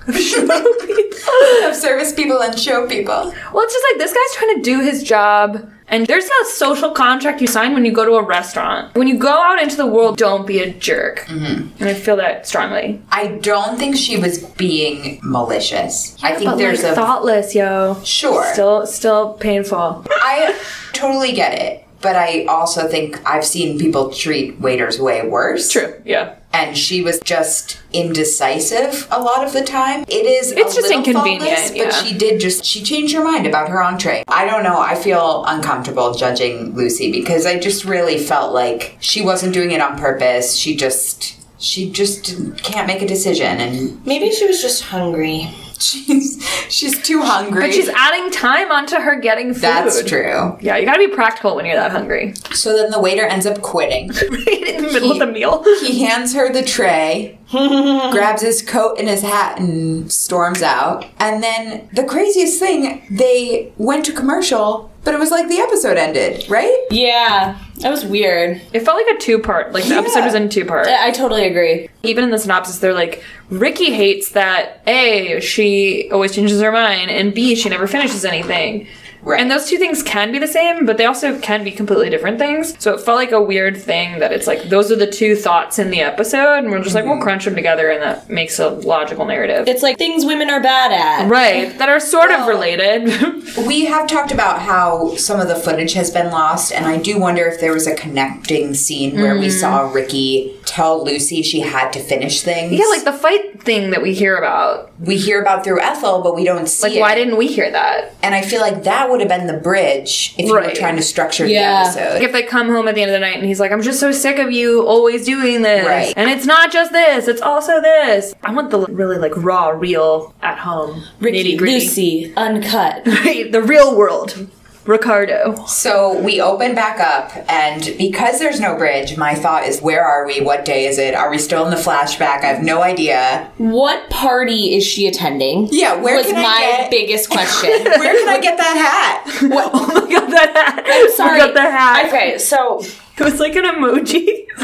Speaker 3: of service people and show people.
Speaker 1: Well, it's just like this guy's trying to do his job. And there's a social contract you sign when you go to a restaurant. When you go out into the world, don't be a jerk. And I feel that strongly.
Speaker 3: I don't think she was being malicious. I think there's a
Speaker 1: thoughtless, yo.
Speaker 3: Sure.
Speaker 1: Still, still painful.
Speaker 3: I totally get it, but I also think I've seen people treat waiters way worse.
Speaker 1: True. Yeah.
Speaker 3: And she was just indecisive a lot of the time. It is
Speaker 1: It's
Speaker 3: a
Speaker 1: just
Speaker 3: little
Speaker 1: inconvenient,
Speaker 3: faultless,
Speaker 1: yeah.
Speaker 3: but she did just she changed her mind about her entree. I don't know. I feel uncomfortable judging Lucy because I just really felt like she wasn't doing it on purpose. She just she just didn't- can't make a decision and
Speaker 2: Maybe she was just hungry.
Speaker 3: she's she's too hungry.
Speaker 1: But she's adding time onto her getting food.
Speaker 3: That's true.
Speaker 1: Yeah, you gotta be practical when you're that hungry.
Speaker 3: So then the waiter ends up quitting.
Speaker 1: In the middle of the meal.
Speaker 3: He hands her the tray, grabs his coat and his hat, and storms out. And then the craziest thing, they went to commercial, but it was like the episode ended, right?
Speaker 2: Yeah, that was weird.
Speaker 1: It felt like a two part. Like the episode was in two parts.
Speaker 2: I totally agree.
Speaker 1: even in the synopsis, they're like, Ricky hates that A, she always changes her mind, and B, she never finishes anything.
Speaker 3: Right.
Speaker 1: And those two things can be the same, but they also can be completely different things. So it felt like a weird thing that it's like those are the two thoughts in the episode, and we're just like, we'll crunch them together, and that makes a logical narrative.
Speaker 2: It's like things women are bad at.
Speaker 1: right, that are sort of related.
Speaker 3: We have talked about how some of the footage has been lost, and I do wonder if there was a connecting scene where we
Speaker 1: Mm-hmm.
Speaker 3: saw Ricky tell Lucy she had to finish things.
Speaker 1: yeah, like the fight thing that we hear about.
Speaker 3: we hear about through Ethel, but we don't see
Speaker 1: Like,
Speaker 3: it.
Speaker 1: why didn't we hear that?
Speaker 3: and I feel like that would have been the bridge if you were
Speaker 1: Right.
Speaker 3: trying to structure
Speaker 2: Yeah.
Speaker 3: the episode.
Speaker 1: Like if they come home at the end of the night and he's like, I'm just so sick of you always doing this.
Speaker 3: Right.
Speaker 1: And it's not just this, it's also this. I want the really like raw, real at home, nitty gritty.
Speaker 2: Lucy, uncut.
Speaker 1: the real world. Ricardo.
Speaker 3: So we open back up, and because there's no bridge, my thought is, where are we? What day is it? Are we still in the flashback? I have no idea.
Speaker 2: what party is she attending?
Speaker 3: Yeah, where
Speaker 2: was
Speaker 3: can I
Speaker 2: my
Speaker 3: get-
Speaker 2: biggest question.
Speaker 3: Where can I get that hat?
Speaker 1: Oh my god, that hat. I'm
Speaker 2: sorry.
Speaker 1: got the hat.
Speaker 2: Okay, so
Speaker 1: It was like an emoji.
Speaker 2: it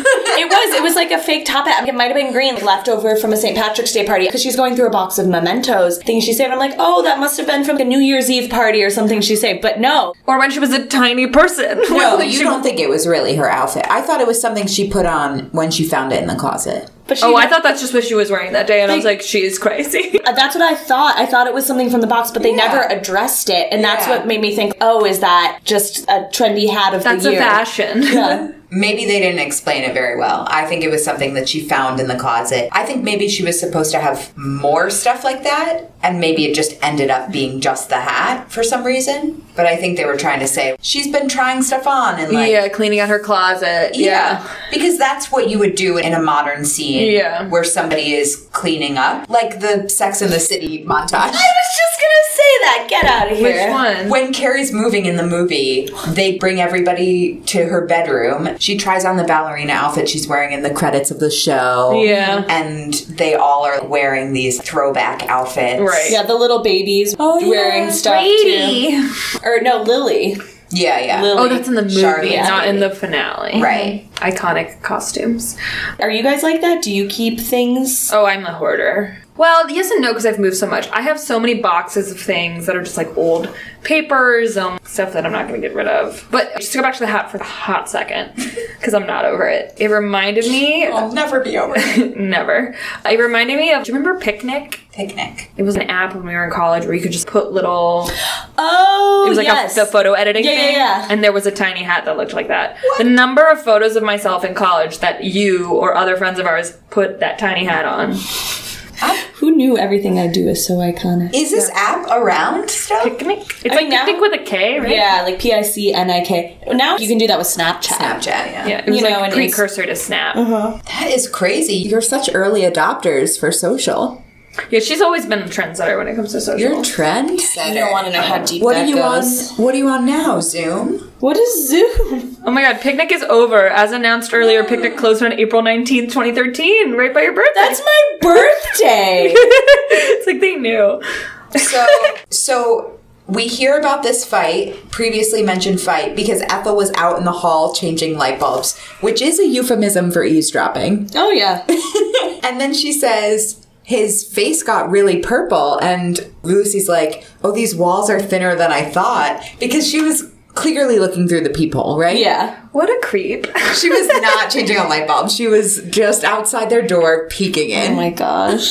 Speaker 2: was it was like a fake top hat. It might have been green, like left over from a St. Patrick's Day party because she's going through a box of mementos, things she saved. I'm like, oh, that must have been from a New Year's Eve party or something she saved. But no,
Speaker 1: or when she was a tiny person.
Speaker 3: No, you don't think it was really her outfit. I thought it was something she put on when she found it in the closet.
Speaker 2: but she
Speaker 1: Oh, I thought that's just what she was wearing that day, and I was
Speaker 2: Like-
Speaker 1: like, she is crazy.
Speaker 2: Uh, That's what I thought. I thought it was something from the box, but they never addressed it, and that's
Speaker 3: Yeah.
Speaker 2: what made me think, "Oh, is that just a trendy hat of
Speaker 1: That's
Speaker 2: the
Speaker 1: a
Speaker 2: year?"
Speaker 1: fashion.
Speaker 2: Yeah.
Speaker 3: Maybe they didn't explain it very well. I think it was something that she found in the closet. I think maybe she was supposed to have more stuff like that, and maybe it just ended up being just the hat for some reason. But I think they were trying to say she's been trying stuff on and like
Speaker 1: yeah, cleaning out her closet.
Speaker 3: Yeah. Because that's what you would do in a modern scene
Speaker 1: Yeah.
Speaker 3: where somebody is cleaning up, like the Sex in the City montage.
Speaker 2: I was just gonna say that. Get out of
Speaker 1: Which
Speaker 2: here.
Speaker 1: one?
Speaker 3: When Carrie's moving in the movie, they bring everybody to her bedroom. She tries on the ballerina outfit she's wearing in the credits of the show.
Speaker 1: Yeah.
Speaker 3: And they all are wearing these throwback outfits.
Speaker 1: Right.
Speaker 2: Yeah, the little babies wearing stuff
Speaker 1: Brady.
Speaker 2: too. Or no, Lily.
Speaker 3: Yeah, yeah.
Speaker 2: Lily.
Speaker 1: Oh, that's in the movie,
Speaker 3: Charlotte.
Speaker 1: not in the finale.
Speaker 3: Right.
Speaker 1: Iconic costumes.
Speaker 2: Are you guys like that? Do you keep things?
Speaker 1: Oh, I'm a hoarder. Well, yes and no, because I've moved so much. I have so many boxes of things that are just like old papers, um, stuff that I'm not going to get rid of. But just to go back to the hat for a hot second, because I'm not over it. It reminded me,
Speaker 3: I'll never be over. it.
Speaker 1: never. It reminded me of, do you remember Picnic?
Speaker 3: Picnic.
Speaker 1: It was an app when we were in college where you could just put little
Speaker 2: Oh,
Speaker 1: It was like
Speaker 2: yes.
Speaker 1: a, the photo editing
Speaker 2: Yeah, yeah,
Speaker 1: thing.
Speaker 2: yeah.
Speaker 1: And there was a tiny hat that looked like that. The number of photos of myself in college that you or other friends of ours put that tiny hat on.
Speaker 2: Who knew everything I do is so iconic?
Speaker 3: Is this app around still?
Speaker 1: Picnic? It's
Speaker 2: I mean,
Speaker 1: like
Speaker 2: now-
Speaker 1: picnic with a K, right?
Speaker 2: Yeah, like P I C N I K. Now you can do that with Snapchat.
Speaker 3: Snapchat, yeah.
Speaker 1: Yeah, it was
Speaker 2: You
Speaker 1: like
Speaker 2: know,
Speaker 1: a
Speaker 2: and it's- Uh-huh.
Speaker 1: precursor to Snap.
Speaker 6: That is crazy. You're such early adopters for social.
Speaker 1: Yeah, she's always been a trendsetter when it comes to social.
Speaker 6: You're a trend.
Speaker 2: You don't want to know how deep
Speaker 6: What
Speaker 2: that
Speaker 6: are you
Speaker 2: goes.
Speaker 6: on? What are you on now? Zoom.
Speaker 2: What is Zoom?
Speaker 1: oh my god, picnic is over. As announced earlier, picnic closed on April 19th, 2013, right by your birthday.
Speaker 2: That's my birthday.
Speaker 1: it's like they knew.
Speaker 3: So, so we hear about this fight, previously mentioned fight, because Ethel was out in the hall changing light bulbs, which is a euphemism for eavesdropping.
Speaker 2: oh yeah.
Speaker 3: And then she says his face got really purple, and Lucy's like, "Oh, these walls are thinner than I thought," because she was clearly looking through the peephole, right?
Speaker 2: Yeah.
Speaker 1: What a creep.
Speaker 3: She was not changing a light bulb. She was just outside their door peeking in.
Speaker 2: Oh my gosh.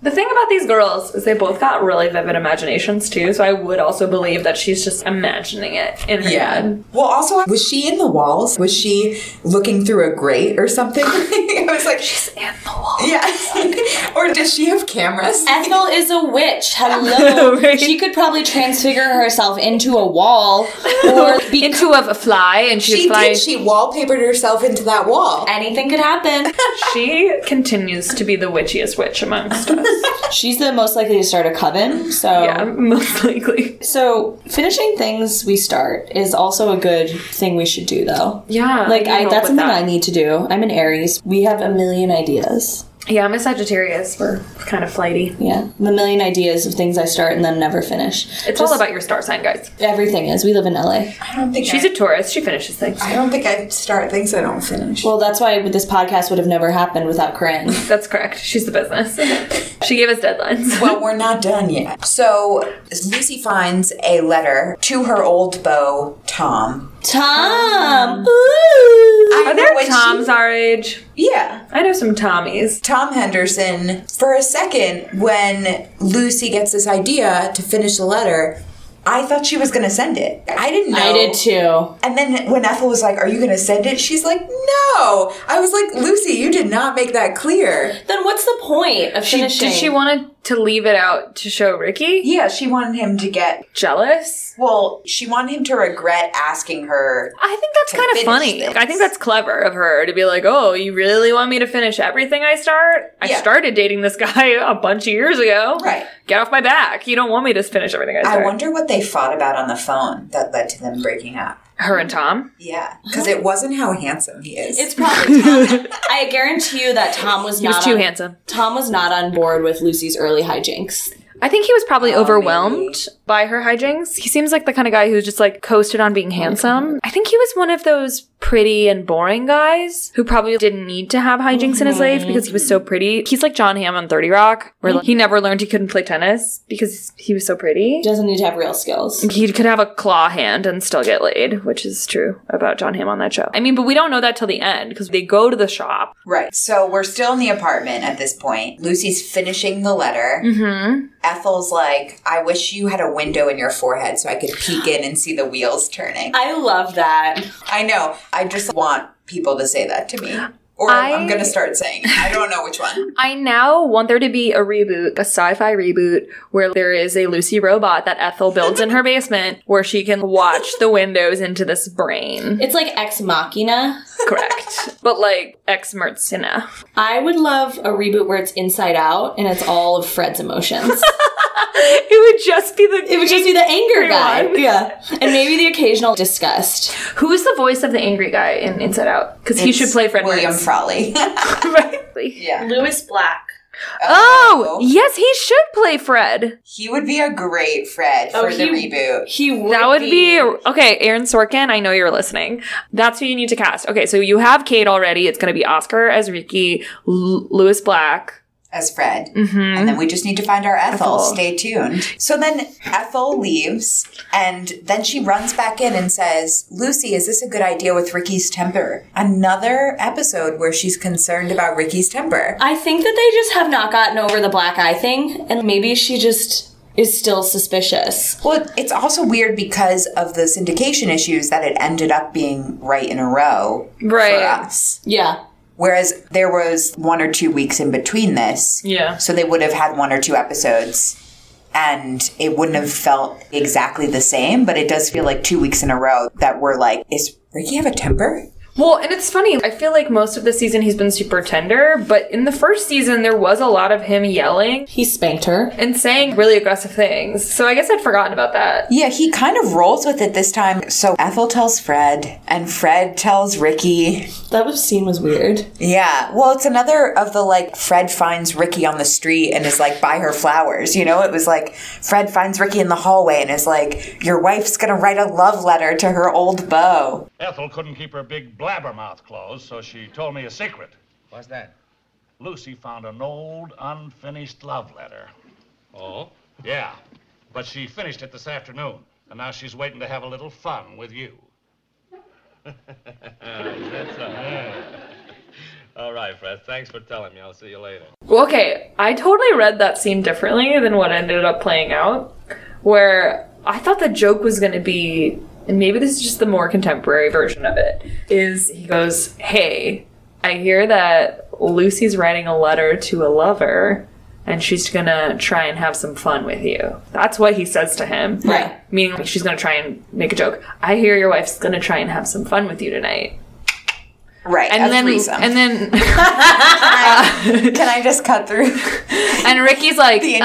Speaker 1: The thing about these girls is they both got really vivid imaginations too, so I would also believe that she's just imagining it in her
Speaker 3: Yeah.
Speaker 1: head.
Speaker 3: Well, also, was she in the walls? Was she looking through a grate or something? I was like, she's in the walls. Yeah. or does she have cameras?
Speaker 2: Ethel is a witch. Hello.
Speaker 1: Right.
Speaker 2: She could probably transfigure herself into a wall or be
Speaker 1: Into a, a fly, and she's
Speaker 3: She
Speaker 1: flying.
Speaker 3: did. She wallpapered herself into that wall.
Speaker 2: anything could happen.
Speaker 1: she continues to be the witchiest witch amongst us.
Speaker 2: She's the most likely to start a coven, so
Speaker 1: yeah, most likely.
Speaker 2: so finishing things we start is also a good thing we should do though.
Speaker 1: Yeah,
Speaker 2: Like
Speaker 1: need
Speaker 2: I,
Speaker 1: help
Speaker 2: that's
Speaker 1: with
Speaker 2: something I need to do. I'm an Aries. We have a million ideas.
Speaker 1: Yeah, I'm a Sagittarius. We're kind of flighty.
Speaker 2: Yeah, a million ideas of things I start and then never finish.
Speaker 1: It's all about your star sign, guys.
Speaker 2: Everything is. We live in LA.
Speaker 3: I don't think
Speaker 1: She's
Speaker 3: I,
Speaker 1: a Taurus. She finishes things.
Speaker 3: I don't think I start things I don't finish.
Speaker 2: Well, that's why this podcast would have never happened without Corinne.
Speaker 1: That's correct. She's the business. she gave us deadlines.
Speaker 3: Well, we're not done yet. So Lucy finds a letter to her old beau, Tom.
Speaker 2: Tom. Ooh.
Speaker 3: I
Speaker 1: Are
Speaker 3: know
Speaker 1: there
Speaker 3: when she-
Speaker 1: Toms our age?
Speaker 3: yeah.
Speaker 1: I know some Tommies.
Speaker 3: Tom Henderson for a second when Lucy gets this idea to finish the letter. I thought she was going to send it. I didn't know.
Speaker 2: I did too.
Speaker 3: And then when Ethel was like, Are you going to send it? She's like, No. I was like, Lucy, you did not make that clear.
Speaker 2: Then what's the point of
Speaker 1: Did
Speaker 2: finishing?
Speaker 1: she wanted to leave it out to show Ricky?
Speaker 3: Yeah, she wanted him to get,
Speaker 1: Jealous?
Speaker 3: well, she wanted him to regret asking her.
Speaker 1: I think that's
Speaker 3: To
Speaker 1: kind of
Speaker 3: finish
Speaker 1: funny.
Speaker 3: this.
Speaker 1: I think that's clever of her to be like, "Oh, you really want me to finish everything I start? I
Speaker 3: Yeah.
Speaker 1: started dating this guy a bunch of years ago.
Speaker 3: Right.
Speaker 1: Get off my back. You don't want me to finish everything I
Speaker 3: I
Speaker 1: start."
Speaker 3: wonder what they fought about on the phone that led to them breaking up.
Speaker 1: her and Tom.
Speaker 3: Yeah, because it wasn't how handsome he is.
Speaker 2: It's probably Tom. I guarantee you that Tom was
Speaker 1: He
Speaker 2: not
Speaker 1: was too
Speaker 2: on,
Speaker 1: handsome.
Speaker 2: Tom was not on board with Lucy's early hijinks.
Speaker 1: I think he was probably overwhelmed by her hijinks. He seems like the kind of guy who's just like coasted on being handsome. I think he was one of those pretty and boring guys who probably didn't need to have hijinks in his life because he was so pretty. He's like John Hamm on 30 Rock, where like, he never learned he couldn't play tennis because he was so pretty.
Speaker 2: Doesn't need to have real skills.
Speaker 1: He could have a claw hand and still get laid, which is true about John Hamm on that show. I mean, but we don't know that till the end because they go to the shop.
Speaker 3: Right. So we're still in the apartment at this point. Lucy's finishing the letter. Mm-hmm. Ethel's like, I wish you had a window in your forehead so I could peek in and see the wheels turning.
Speaker 2: I love that.
Speaker 3: I know. I just want people to say that to me. Or I... am
Speaker 1: I-
Speaker 3: going to start saying it. I don't know which one.
Speaker 1: I now want there to be a reboot, a sci fi reboot, where there is a Lucy robot that Ethel builds in her basement where she can watch the windows into this brain.
Speaker 2: It's like Ex Machina.
Speaker 1: Correct. But like ex Mertzina.
Speaker 2: I would love a reboot where it's Inside Out and it's all of Fred's emotions.
Speaker 1: It would just be the.
Speaker 2: it would just be the anger guy.
Speaker 1: one.
Speaker 2: Yeah. And maybe the occasional disgust.
Speaker 1: Who is the voice of the angry guy in Inside Out? Because he should play Fred
Speaker 3: William
Speaker 1: Mertz.
Speaker 3: Frawley.
Speaker 1: Right?
Speaker 3: yeah.
Speaker 5: Lewis Black.
Speaker 1: Oh, yes, he should play Fred.
Speaker 3: He would be a great Fred for
Speaker 2: Oh,
Speaker 3: the
Speaker 2: he-
Speaker 3: reboot.
Speaker 2: He would
Speaker 1: That would be okay. Aaron Sorkin, I know you're listening. That's who you need to cast. Okay, so you have Kate already. It's going to be Oscar as Ricky, L- Louis Black,
Speaker 3: as Fred. And then we just need to find our Mm-hmm. Ethel.
Speaker 1: Ethel.
Speaker 3: Stay tuned. So then Ethel leaves, and then she runs back in and says, Lucy, is this a good idea with Ricky's temper? Another episode where she's concerned about Ricky's temper.
Speaker 2: I think that they just have not gotten over the black eye thing, and maybe she just is still suspicious.
Speaker 3: Well, it's also weird because of the syndication issues that it ended up being right in a row
Speaker 1: Right.
Speaker 3: for us.
Speaker 2: Yeah.
Speaker 3: Whereas there was one or two weeks in between this.
Speaker 1: Yeah.
Speaker 3: So they would have had one or two episodes and it wouldn't have felt exactly the same, but it does feel like two weeks in a row that we're like, is Ricky have a temper?
Speaker 1: Well, and it's funny. I feel like most of the season he's been super tender, but in the first season there was a lot of him yelling
Speaker 2: He spanked her.
Speaker 1: and saying really aggressive things. So I guess I'd forgotten about that.
Speaker 3: Yeah, he kind of rolls with it this time. So Ethel tells Fred, and Fred tells Ricky.
Speaker 2: That was, scene was weird.
Speaker 3: Yeah, well, it's another of the like Fred finds Ricky on the street and is like, buy her flowers. You know, it was like Fred finds Ricky in the hallway and is like, your wife's gonna write a love letter to her old beau.
Speaker 7: Ethel couldn't keep her big blabbermouth closed, so she told me a secret. What's that? Lucy found an old, unfinished love letter. Oh? Yeah. But she finished it this afternoon, and now she's waiting to have a little fun with you.
Speaker 8: All right, Fred. Thanks for telling me. I'll see you later.
Speaker 1: Well, okay, I totally read that scene differently than what ended up playing out, where I thought the joke was going to be, and maybe this is just the more contemporary version of it, is he goes, Hey, I hear that Lucy's writing a letter to a lover. And she's gonna try and have some fun with you. That's what he says to him.
Speaker 9: Right.
Speaker 1: Meaning like, she's gonna try and make a joke. I hear your wife's gonna try and have some fun with you tonight.
Speaker 3: Right,
Speaker 1: And
Speaker 3: a
Speaker 1: then
Speaker 3: threesome.
Speaker 1: and then
Speaker 3: Can I just cut through?
Speaker 1: And Ricky's like,
Speaker 3: innuendo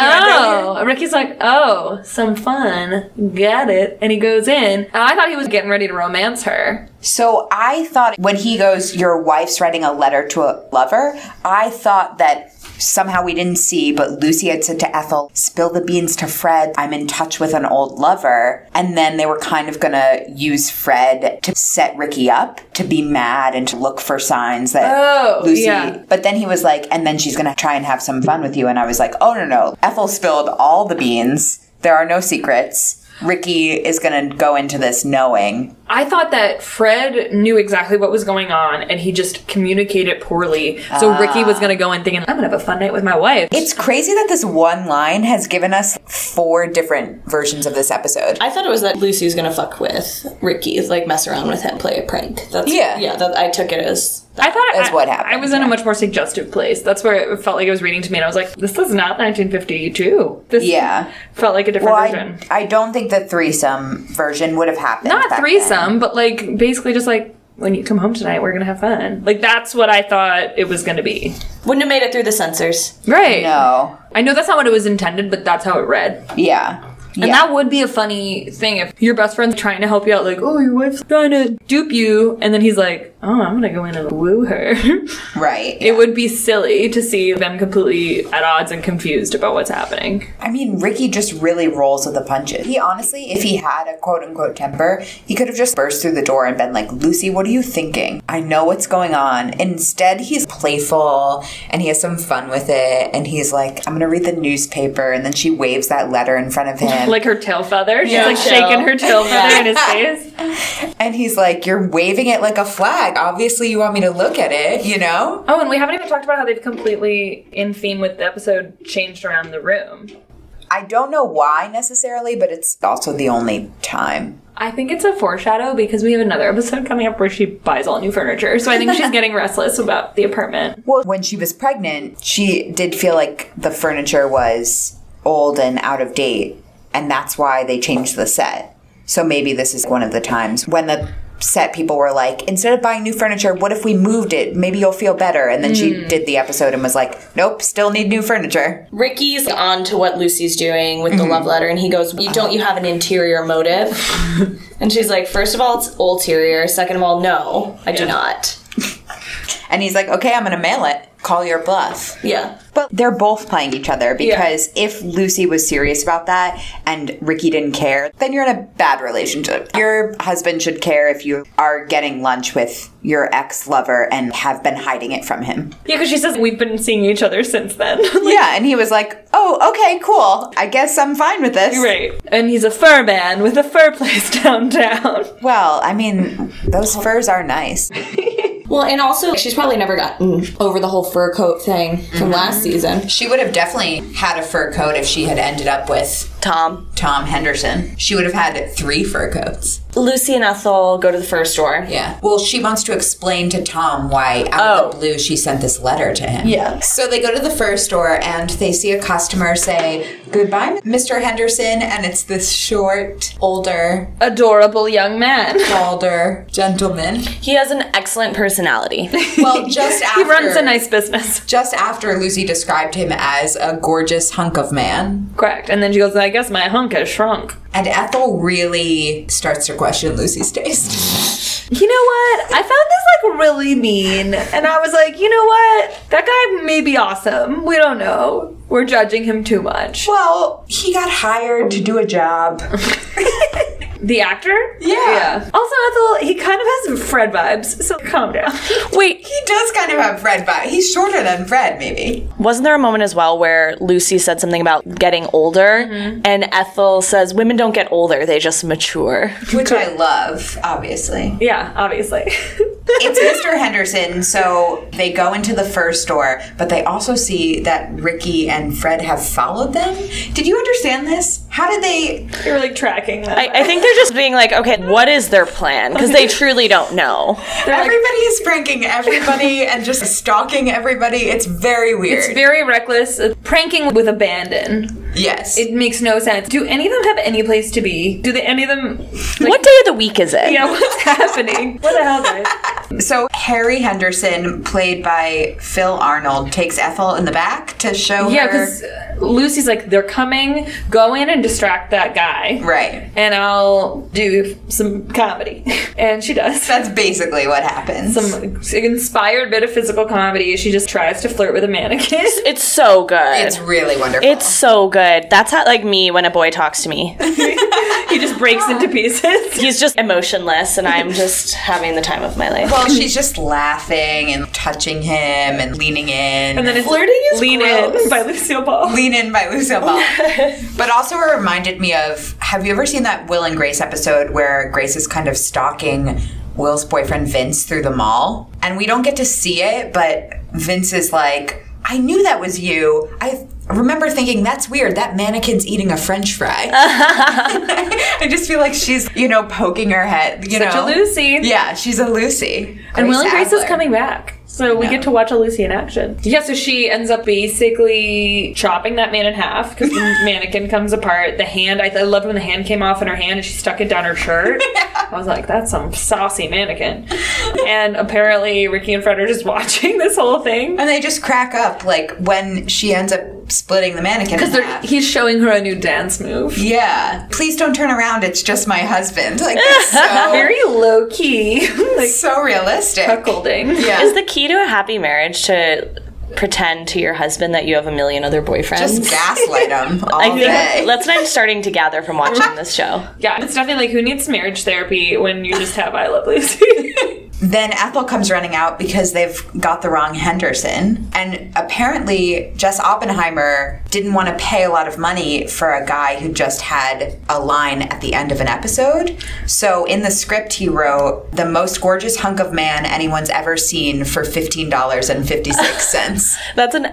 Speaker 1: oh. Ricky's like, oh, some fun. Got it. And he goes in. And I thought he was getting ready to romance her.
Speaker 3: So I thought when he goes, Your wife's writing a letter to a lover, I thought that somehow we didn't see, but Lucy had said to Ethel, Spill the beans to Fred, I'm in touch with an old lover. And then they were kind of gonna use Fred to set Ricky up, to be mad and to look for signs that
Speaker 1: Oh,
Speaker 3: Lucy.
Speaker 1: yeah.
Speaker 3: But then he was like, And then she's gonna try and have some fun with you. And I was like, Oh no, no. Ethel spilled all the beans, there are no secrets. Ricky is gonna go into this knowing
Speaker 1: I thought that Fred knew exactly what was going on and he just communicated poorly. So Ricky was going to go in thinking, I'm going to have a fun night with my wife.
Speaker 3: Ah. It's crazy that this one line has given us four different versions of this episode.
Speaker 2: I thought it was that Lucy was gonna fuck with Ricky, like mess around with him, play a prank. That's
Speaker 3: Yeah.
Speaker 2: yeah. That, I took it as
Speaker 1: I thought
Speaker 3: That's
Speaker 1: I,
Speaker 3: what happened,
Speaker 1: I was in a much more suggestive place. That's where it felt like it was reading to me. And I was like, this is not 1952. This
Speaker 3: Yeah.
Speaker 1: felt like a different
Speaker 3: Well, I,
Speaker 1: version.
Speaker 3: I don't think the threesome version would have happened.
Speaker 1: not
Speaker 3: back
Speaker 1: threesome, but like basically just like when you come home tonight, we're gonna have fun. Like that's what I thought it was gonna be.
Speaker 9: Wouldn't have made it through the censors.
Speaker 1: Right.
Speaker 3: then. No.
Speaker 1: I know that's not what it was intended, but that's how it read.
Speaker 3: Yeah.
Speaker 1: And that would be a funny thing if your best friend's trying to help you out, like, oh, your wife's trying to dupe you, and then he's like, oh, I'm gonna go in and woo her.
Speaker 3: Right.
Speaker 1: It would be silly to see them completely at odds and confused about what's happening.
Speaker 3: I mean, Ricky just really rolls with the punches. He honestly, if he had a quote unquote temper, he could have just burst through the door and been like, Lucy, what are you thinking? I know what's going on. Instead, he's playful and he has some fun with it. And he's like, I'm going to read the newspaper. And then she waves that letter in front of him.
Speaker 1: Like her tail feather. She's like
Speaker 2: chill.
Speaker 1: shaking her tail feather in his face.
Speaker 3: And he's like, You're waving it like a flag. Obviously, you want me to look at it, you know?
Speaker 1: Oh, and we haven't even talked about how they've completely, in theme with the episode, changed around the room.
Speaker 3: I don't know why necessarily, but it's also the only time.
Speaker 1: I think it's a foreshadow because we have another episode coming up where she buys all new furniture. So I think she's getting restless about the apartment.
Speaker 3: Well, when she was pregnant, she did feel like the furniture was old and out of date. And that's why they changed the set. So maybe this is one of the times when the set people were like, Instead of buying new furniture, what if we moved it? Maybe you'll feel better. And then she did the episode and was like, Nope, still need new furniture.
Speaker 9: Ricky's on to what Lucy's doing with the love letter, and he goes, "You don't you have an interior motive?" and she's like, first of all, it's ulterior. Second of all, no, I do not."
Speaker 3: And he's like, Okay, I'm going to mail it. Call your bluff.
Speaker 9: Yeah,
Speaker 3: But they're both playing each other because if Lucy was serious about that and Ricky didn't care, then you're in a bad relationship. Your husband should care if you are getting lunch with your ex lover and have been hiding it from him.
Speaker 1: Yeah, because she says we've been seeing each other since then.
Speaker 3: yeah, and he was like, "Oh, okay, cool. I guess I'm fine with this."
Speaker 1: right. And he's a fur man with a fur place downtown.
Speaker 3: Well, I mean, those furs are nice.
Speaker 2: well, and also she's probably never gotten over the whole fur coat thing from last season.
Speaker 10: She would have definitely had a fur coat if she had ended up with
Speaker 2: Tom.
Speaker 3: Tom Henderson. She would have had three fur coats.
Speaker 2: Lucy and Ethel go to the fur store.
Speaker 3: Yeah. Well, she wants to explain to Tom why, out
Speaker 1: Oh.
Speaker 3: of the blue, she sent this letter to him.
Speaker 2: Yeah.
Speaker 3: So they go to the fur store and they see a customer say, Goodbye, Mr. Henderson. And it's this short, older,
Speaker 1: Adorable young man.
Speaker 3: balder gentleman.
Speaker 2: He has an excellent personality.
Speaker 3: Well, just after.
Speaker 1: He runs a nice business.
Speaker 3: Just after Lucy described him as a gorgeous hunk of man.
Speaker 1: Correct. And then she goes, I guess my hunk has shrunk.
Speaker 3: And Ethel really starts to question Lucy's taste.
Speaker 1: You know what? I found this like really mean. And I was like, you know what? That guy may be awesome. We don't know. We're judging him too much.
Speaker 3: Well, he got hired to do a job.
Speaker 1: The actor?
Speaker 3: Yeah.
Speaker 1: Also, Ethel, he kind of has Fred vibes, so calm down.
Speaker 2: Wait,
Speaker 3: He does kind of have Fred, but he's shorter than Fred, maybe.
Speaker 2: wasn't there a moment as well where Lucy said something about getting older
Speaker 1: Mm-hmm.
Speaker 2: and Ethel says women don't get older, they just mature.
Speaker 3: Which I love, obviously.
Speaker 1: Yeah, obviously.
Speaker 3: It's Mr. Henderson, so they go into the fur store, but they also see that Ricky and Fred have followed them. Did you understand this? How did they?
Speaker 1: You're like tracking that.
Speaker 2: I, I think they're just being like, okay, what is their plan? Because they truly don't know.
Speaker 3: everybody is pranking everybody and just stalking everybody. It's very weird.
Speaker 1: It's very reckless. Uh, Pranking with abandon.
Speaker 3: yes.
Speaker 1: It makes no sense. Do any of them have any place to be? Do they, any of them,
Speaker 2: what day of the week is it?
Speaker 1: you know, what's happening? What the hell, guys?
Speaker 3: so Harry Henderson, played by Phil Arnold, takes Ethel in the back to show
Speaker 1: Yeah,
Speaker 3: her.
Speaker 1: because Lucy's like, they're coming. Go in and distract that guy.
Speaker 3: right.
Speaker 1: And I'll do some comedy. and she does.
Speaker 3: That's basically what happens.
Speaker 1: Some inspired bit of physical comedy. She just tries to flirt with a mannequin.
Speaker 2: It's so good.
Speaker 3: it's
Speaker 2: It's-
Speaker 3: really wonderful.
Speaker 2: so good. That's how, like, me when a boy talks to me.
Speaker 1: he just breaks into pieces.
Speaker 2: He's just emotionless, and I'm just having the time of my life.
Speaker 3: Well, she's just laughing and touching him and leaning in. And
Speaker 1: then it's
Speaker 3: flirting is
Speaker 1: Lean
Speaker 3: gross.
Speaker 1: In by Lucille Ball.
Speaker 3: Lean in by Lucille Ball. but also it reminded me of have you ever seen that Will and Grace episode where Grace is kind of stalking Will's boyfriend Vince through the mall? And we don't get to see it, but Vince is like, I knew that was you. I remember thinking that's weird. That mannequin's eating a french fry. I just feel like she's, you know, poking her head, you
Speaker 1: Such
Speaker 3: know.
Speaker 1: a Lucy.
Speaker 3: Yeah, she's a Lucy.
Speaker 1: And Will and Grace is
Speaker 3: Adler.
Speaker 1: coming back. So we get to watch a Lucy in action. Yeah, so she ends up basically chopping that man in half because the mannequin comes apart. The hand, I, I loved when the hand came off in her hand and she stuck it down her shirt. I was like, that's some saucy mannequin. and apparently, Ricky and Fred are just watching this whole thing.
Speaker 3: And they just crack up like when she ends up splitting the mannequin. in
Speaker 1: They're-
Speaker 3: half.
Speaker 1: He's showing her a new dance move.
Speaker 3: Yeah. Please don't turn around. It's just my husband. Like that's so,
Speaker 1: Very low key, like
Speaker 3: so realistic.
Speaker 1: cuckolding.
Speaker 3: Yeah.
Speaker 2: Is the key to a happy marriage to pretend to your husband that you have a million other boyfriends?
Speaker 3: Just gaslight him all
Speaker 2: I think
Speaker 3: day.
Speaker 2: that's what I'm starting to gather from watching this show.
Speaker 1: Yeah, it's definitely like who needs marriage therapy when you just have I Love Lucy?
Speaker 3: Then Ethel comes running out because they've got the wrong Henderson. And apparently, Jess Oppenheimer didn't want to pay a lot of money for a guy who just had a line at the end of an episode. So in the script, he wrote, The most gorgeous hunk of man anyone's ever seen for $15.56.
Speaker 2: That's an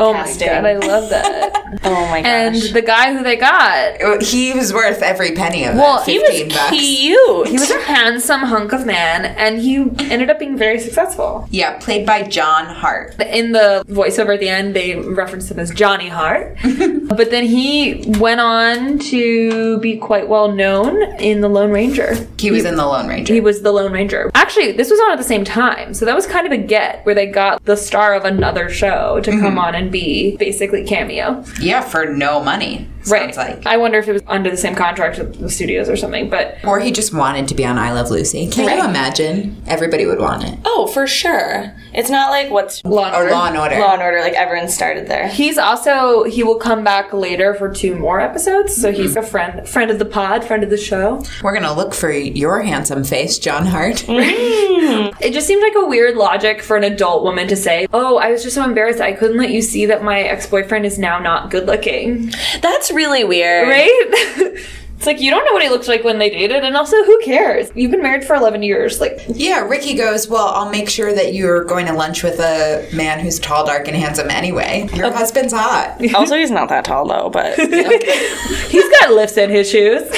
Speaker 1: Oh my
Speaker 2: casting.
Speaker 1: god, I love that.
Speaker 2: oh my
Speaker 1: and
Speaker 2: gosh.
Speaker 1: the guy who they got,
Speaker 3: he was worth every penny of
Speaker 1: Well,
Speaker 3: that.
Speaker 1: he
Speaker 2: he
Speaker 3: 15
Speaker 2: was
Speaker 3: bucks.
Speaker 2: cute.
Speaker 1: he was a handsome hunk of man, and he ended up being very successful.
Speaker 3: Yeah, played by John Hart.
Speaker 1: In the voiceover at the end, they referenced him as Johnny Hart. but then he went on to be quite well known in The Lone Ranger.
Speaker 3: He was in The Lone Ranger.
Speaker 1: He was The Lone Ranger. Actually, this was on at the same time, so that was kind of a get where they got the star of another show to
Speaker 3: Mm-hmm.
Speaker 1: come on and be basically cameo.
Speaker 3: yeah, for no money. Sounds like.
Speaker 1: I wonder if it was under the same contract with the studios or something, but
Speaker 11: Or he just wanted to be on I Love Lucy. Can you imagine? Everybody would want it.
Speaker 12: Oh, for sure.
Speaker 2: It's not like what's Law
Speaker 1: Law and Order.
Speaker 11: Law and Order.
Speaker 2: and Order, like everyone started there.
Speaker 1: He's also he will come back later for two more episodes, so he's a friend friend of the pod, friend of the show.
Speaker 11: We're gonna look for your handsome face, John Hart.
Speaker 1: It just seemed like a weird logic for an adult woman to say, "Oh, I was just so embarrassed I couldn't let you see that my ex-boyfriend is now not good looking."
Speaker 2: Mm-hmm. That's really weird.
Speaker 1: Right? It's like you don't know what he looked like when they dated, and also who cares? You've been married for eleven years. Like
Speaker 3: Yeah, Ricky goes, Well, I'll make sure that you're going to lunch with a man who's tall, dark, and handsome anyway. Your husband's hot.
Speaker 2: also, he's not that tall though, but
Speaker 1: he's got lifts in his shoes.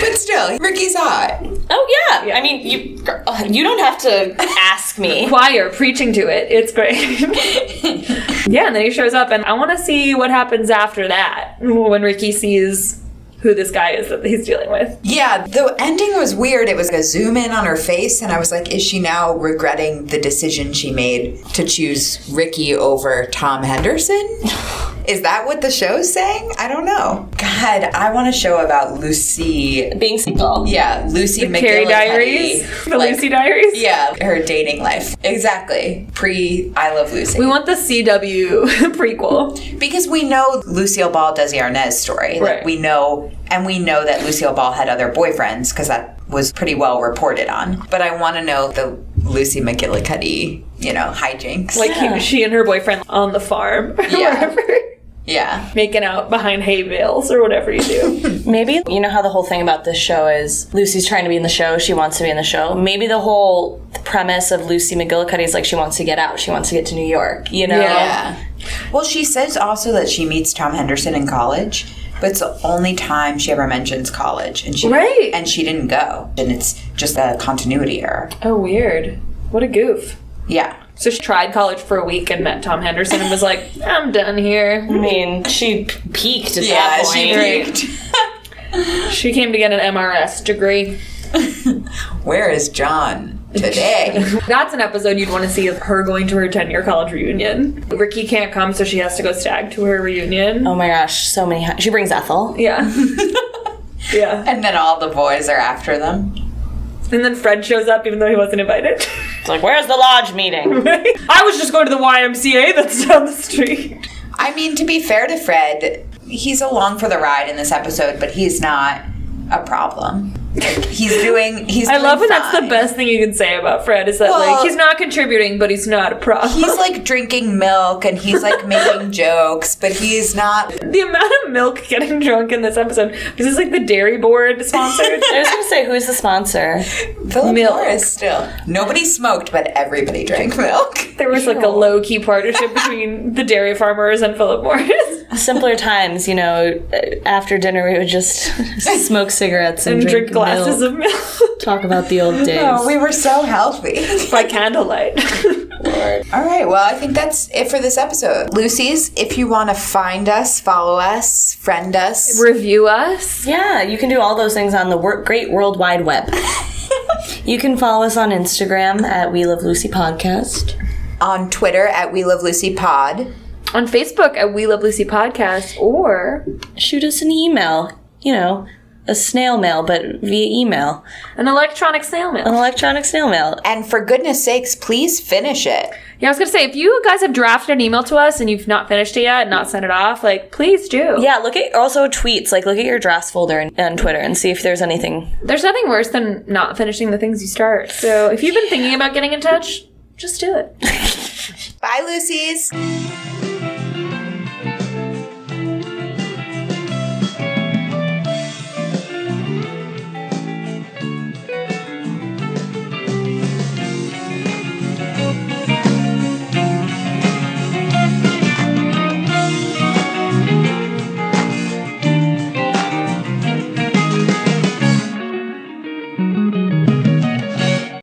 Speaker 3: But still, Ricky's hot.
Speaker 2: oh yeah. I mean, you girl, you don't have to ask me.
Speaker 1: Choir preaching to it. It's great. yeah, and then he shows up, and I want to see what happens after that when Ricky sees who this guy is that he's dealing with.
Speaker 3: Yeah, the ending was weird. It was a zoom in on her face, and I was like, is she now regretting the decision she made to choose Ricky over Tom Henderson? Is that what the show's saying? I don't know. God, I want a show about Lucy.
Speaker 2: Being single.
Speaker 3: Yeah, Lucy the
Speaker 1: Carrie Diaries, the Lucy Diaries.
Speaker 3: Yeah, her dating life. Exactly. Pre I Love Lucy.
Speaker 1: We want the CW prequel.
Speaker 3: because we know Lucille Ball Desi Arnaz story. Like
Speaker 1: Right.
Speaker 3: we know and we know that Lucille Ball had other boyfriends because that was pretty well reported on. But I want to know the Lucy McGillicuddy, you know, hijinks.
Speaker 1: Like he- she and her boyfriend on the farm, or
Speaker 3: Yeah.
Speaker 1: wherever,
Speaker 3: yeah.
Speaker 1: making out behind hay bales or whatever you do.
Speaker 2: Maybe you know how the whole thing about this show is Lucy's trying to be in the show, she wants to be in the show. Maybe the whole premise of Lucy McGillicuddy is like she wants to get out, she wants to get to New York, you know?
Speaker 3: Yeah. Well, she says also that she meets Tom Henderson in college, but it's the only time she ever mentions college, and she
Speaker 1: Right.
Speaker 3: and she didn't go, and it's just a continuity error.
Speaker 1: oh, weird. What a goof.
Speaker 3: Yeah.
Speaker 1: So she tried college for a week and met Tom Henderson and was like, I'm done here.
Speaker 2: I mean, she p- peaked at that point.
Speaker 1: She came to get an MRS degree.
Speaker 3: Where is John today?
Speaker 1: That's an episode you'd want to see of her going to her 10 year college reunion. Ricky can't come, so she has to go stag to her reunion.
Speaker 2: Oh my gosh, so many. Hi- she brings Ethel.
Speaker 1: Yeah. yeah.
Speaker 3: and then all the boys are after them.
Speaker 1: And then Fred shows up even though he wasn't invited.
Speaker 2: It's like, where's the lodge meeting?
Speaker 1: I was just going to the YMCA that's down the street.
Speaker 3: I mean, to be fair to Fred, he's along for the ride in this episode, but he's not a problem. Like, he's doing. He's.
Speaker 1: I
Speaker 3: doing
Speaker 1: love when that's the
Speaker 3: fine.
Speaker 1: best thing you can say about Fred is that
Speaker 3: Well-
Speaker 1: like he's not contributing, but he's not a problem.
Speaker 3: He's like drinking milk and he's like making jokes, but he's not.
Speaker 1: the amount of milk getting drunk in this episode. This is like the dairy board sponsored.
Speaker 2: I was gonna say, who's the sponsor?
Speaker 3: Philip
Speaker 1: Milk.
Speaker 3: Morris still. Nobody smoked, but everybody drank milk.
Speaker 1: there was like a low key partnership between the dairy farmers and Philip Morris
Speaker 2: Simpler times, you know. After dinner, we would just smoke cigarettes and,
Speaker 1: and drink,
Speaker 2: drink,
Speaker 1: glasses
Speaker 2: milk.
Speaker 1: of milk
Speaker 2: Talk about the old days.
Speaker 3: Oh, we were so healthy.
Speaker 1: by candlelight.
Speaker 3: All right, well, I think that's it for this episode. Lucy's, if you want to find us, follow us, friend us.
Speaker 1: Review us.
Speaker 2: Yeah, you can do all those things on the wor- great world wide web. you can follow us on Instagram at We Love Lucy Podcast.
Speaker 3: on Twitter at We Love Lucy Pod.
Speaker 1: On Facebook at We Love Lucy Podcast or
Speaker 2: Shoot us an email, you know, a snail mail, but via email,
Speaker 1: an electronic snail mail.
Speaker 2: an electronic snail mail.
Speaker 3: And for goodness sakes, please finish it.
Speaker 1: Yeah, I was gonna say if you guys have drafted an email to us and you've not finished it yet and not sent it off, like please do.
Speaker 2: Yeah, look at also tweets. Like, look at your drafts folder and- on Twitter and see if there's anything.
Speaker 1: There's nothing worse than not finishing the things you start. So if you've been thinking about getting in touch, just do it.
Speaker 3: Bye, Lucy's.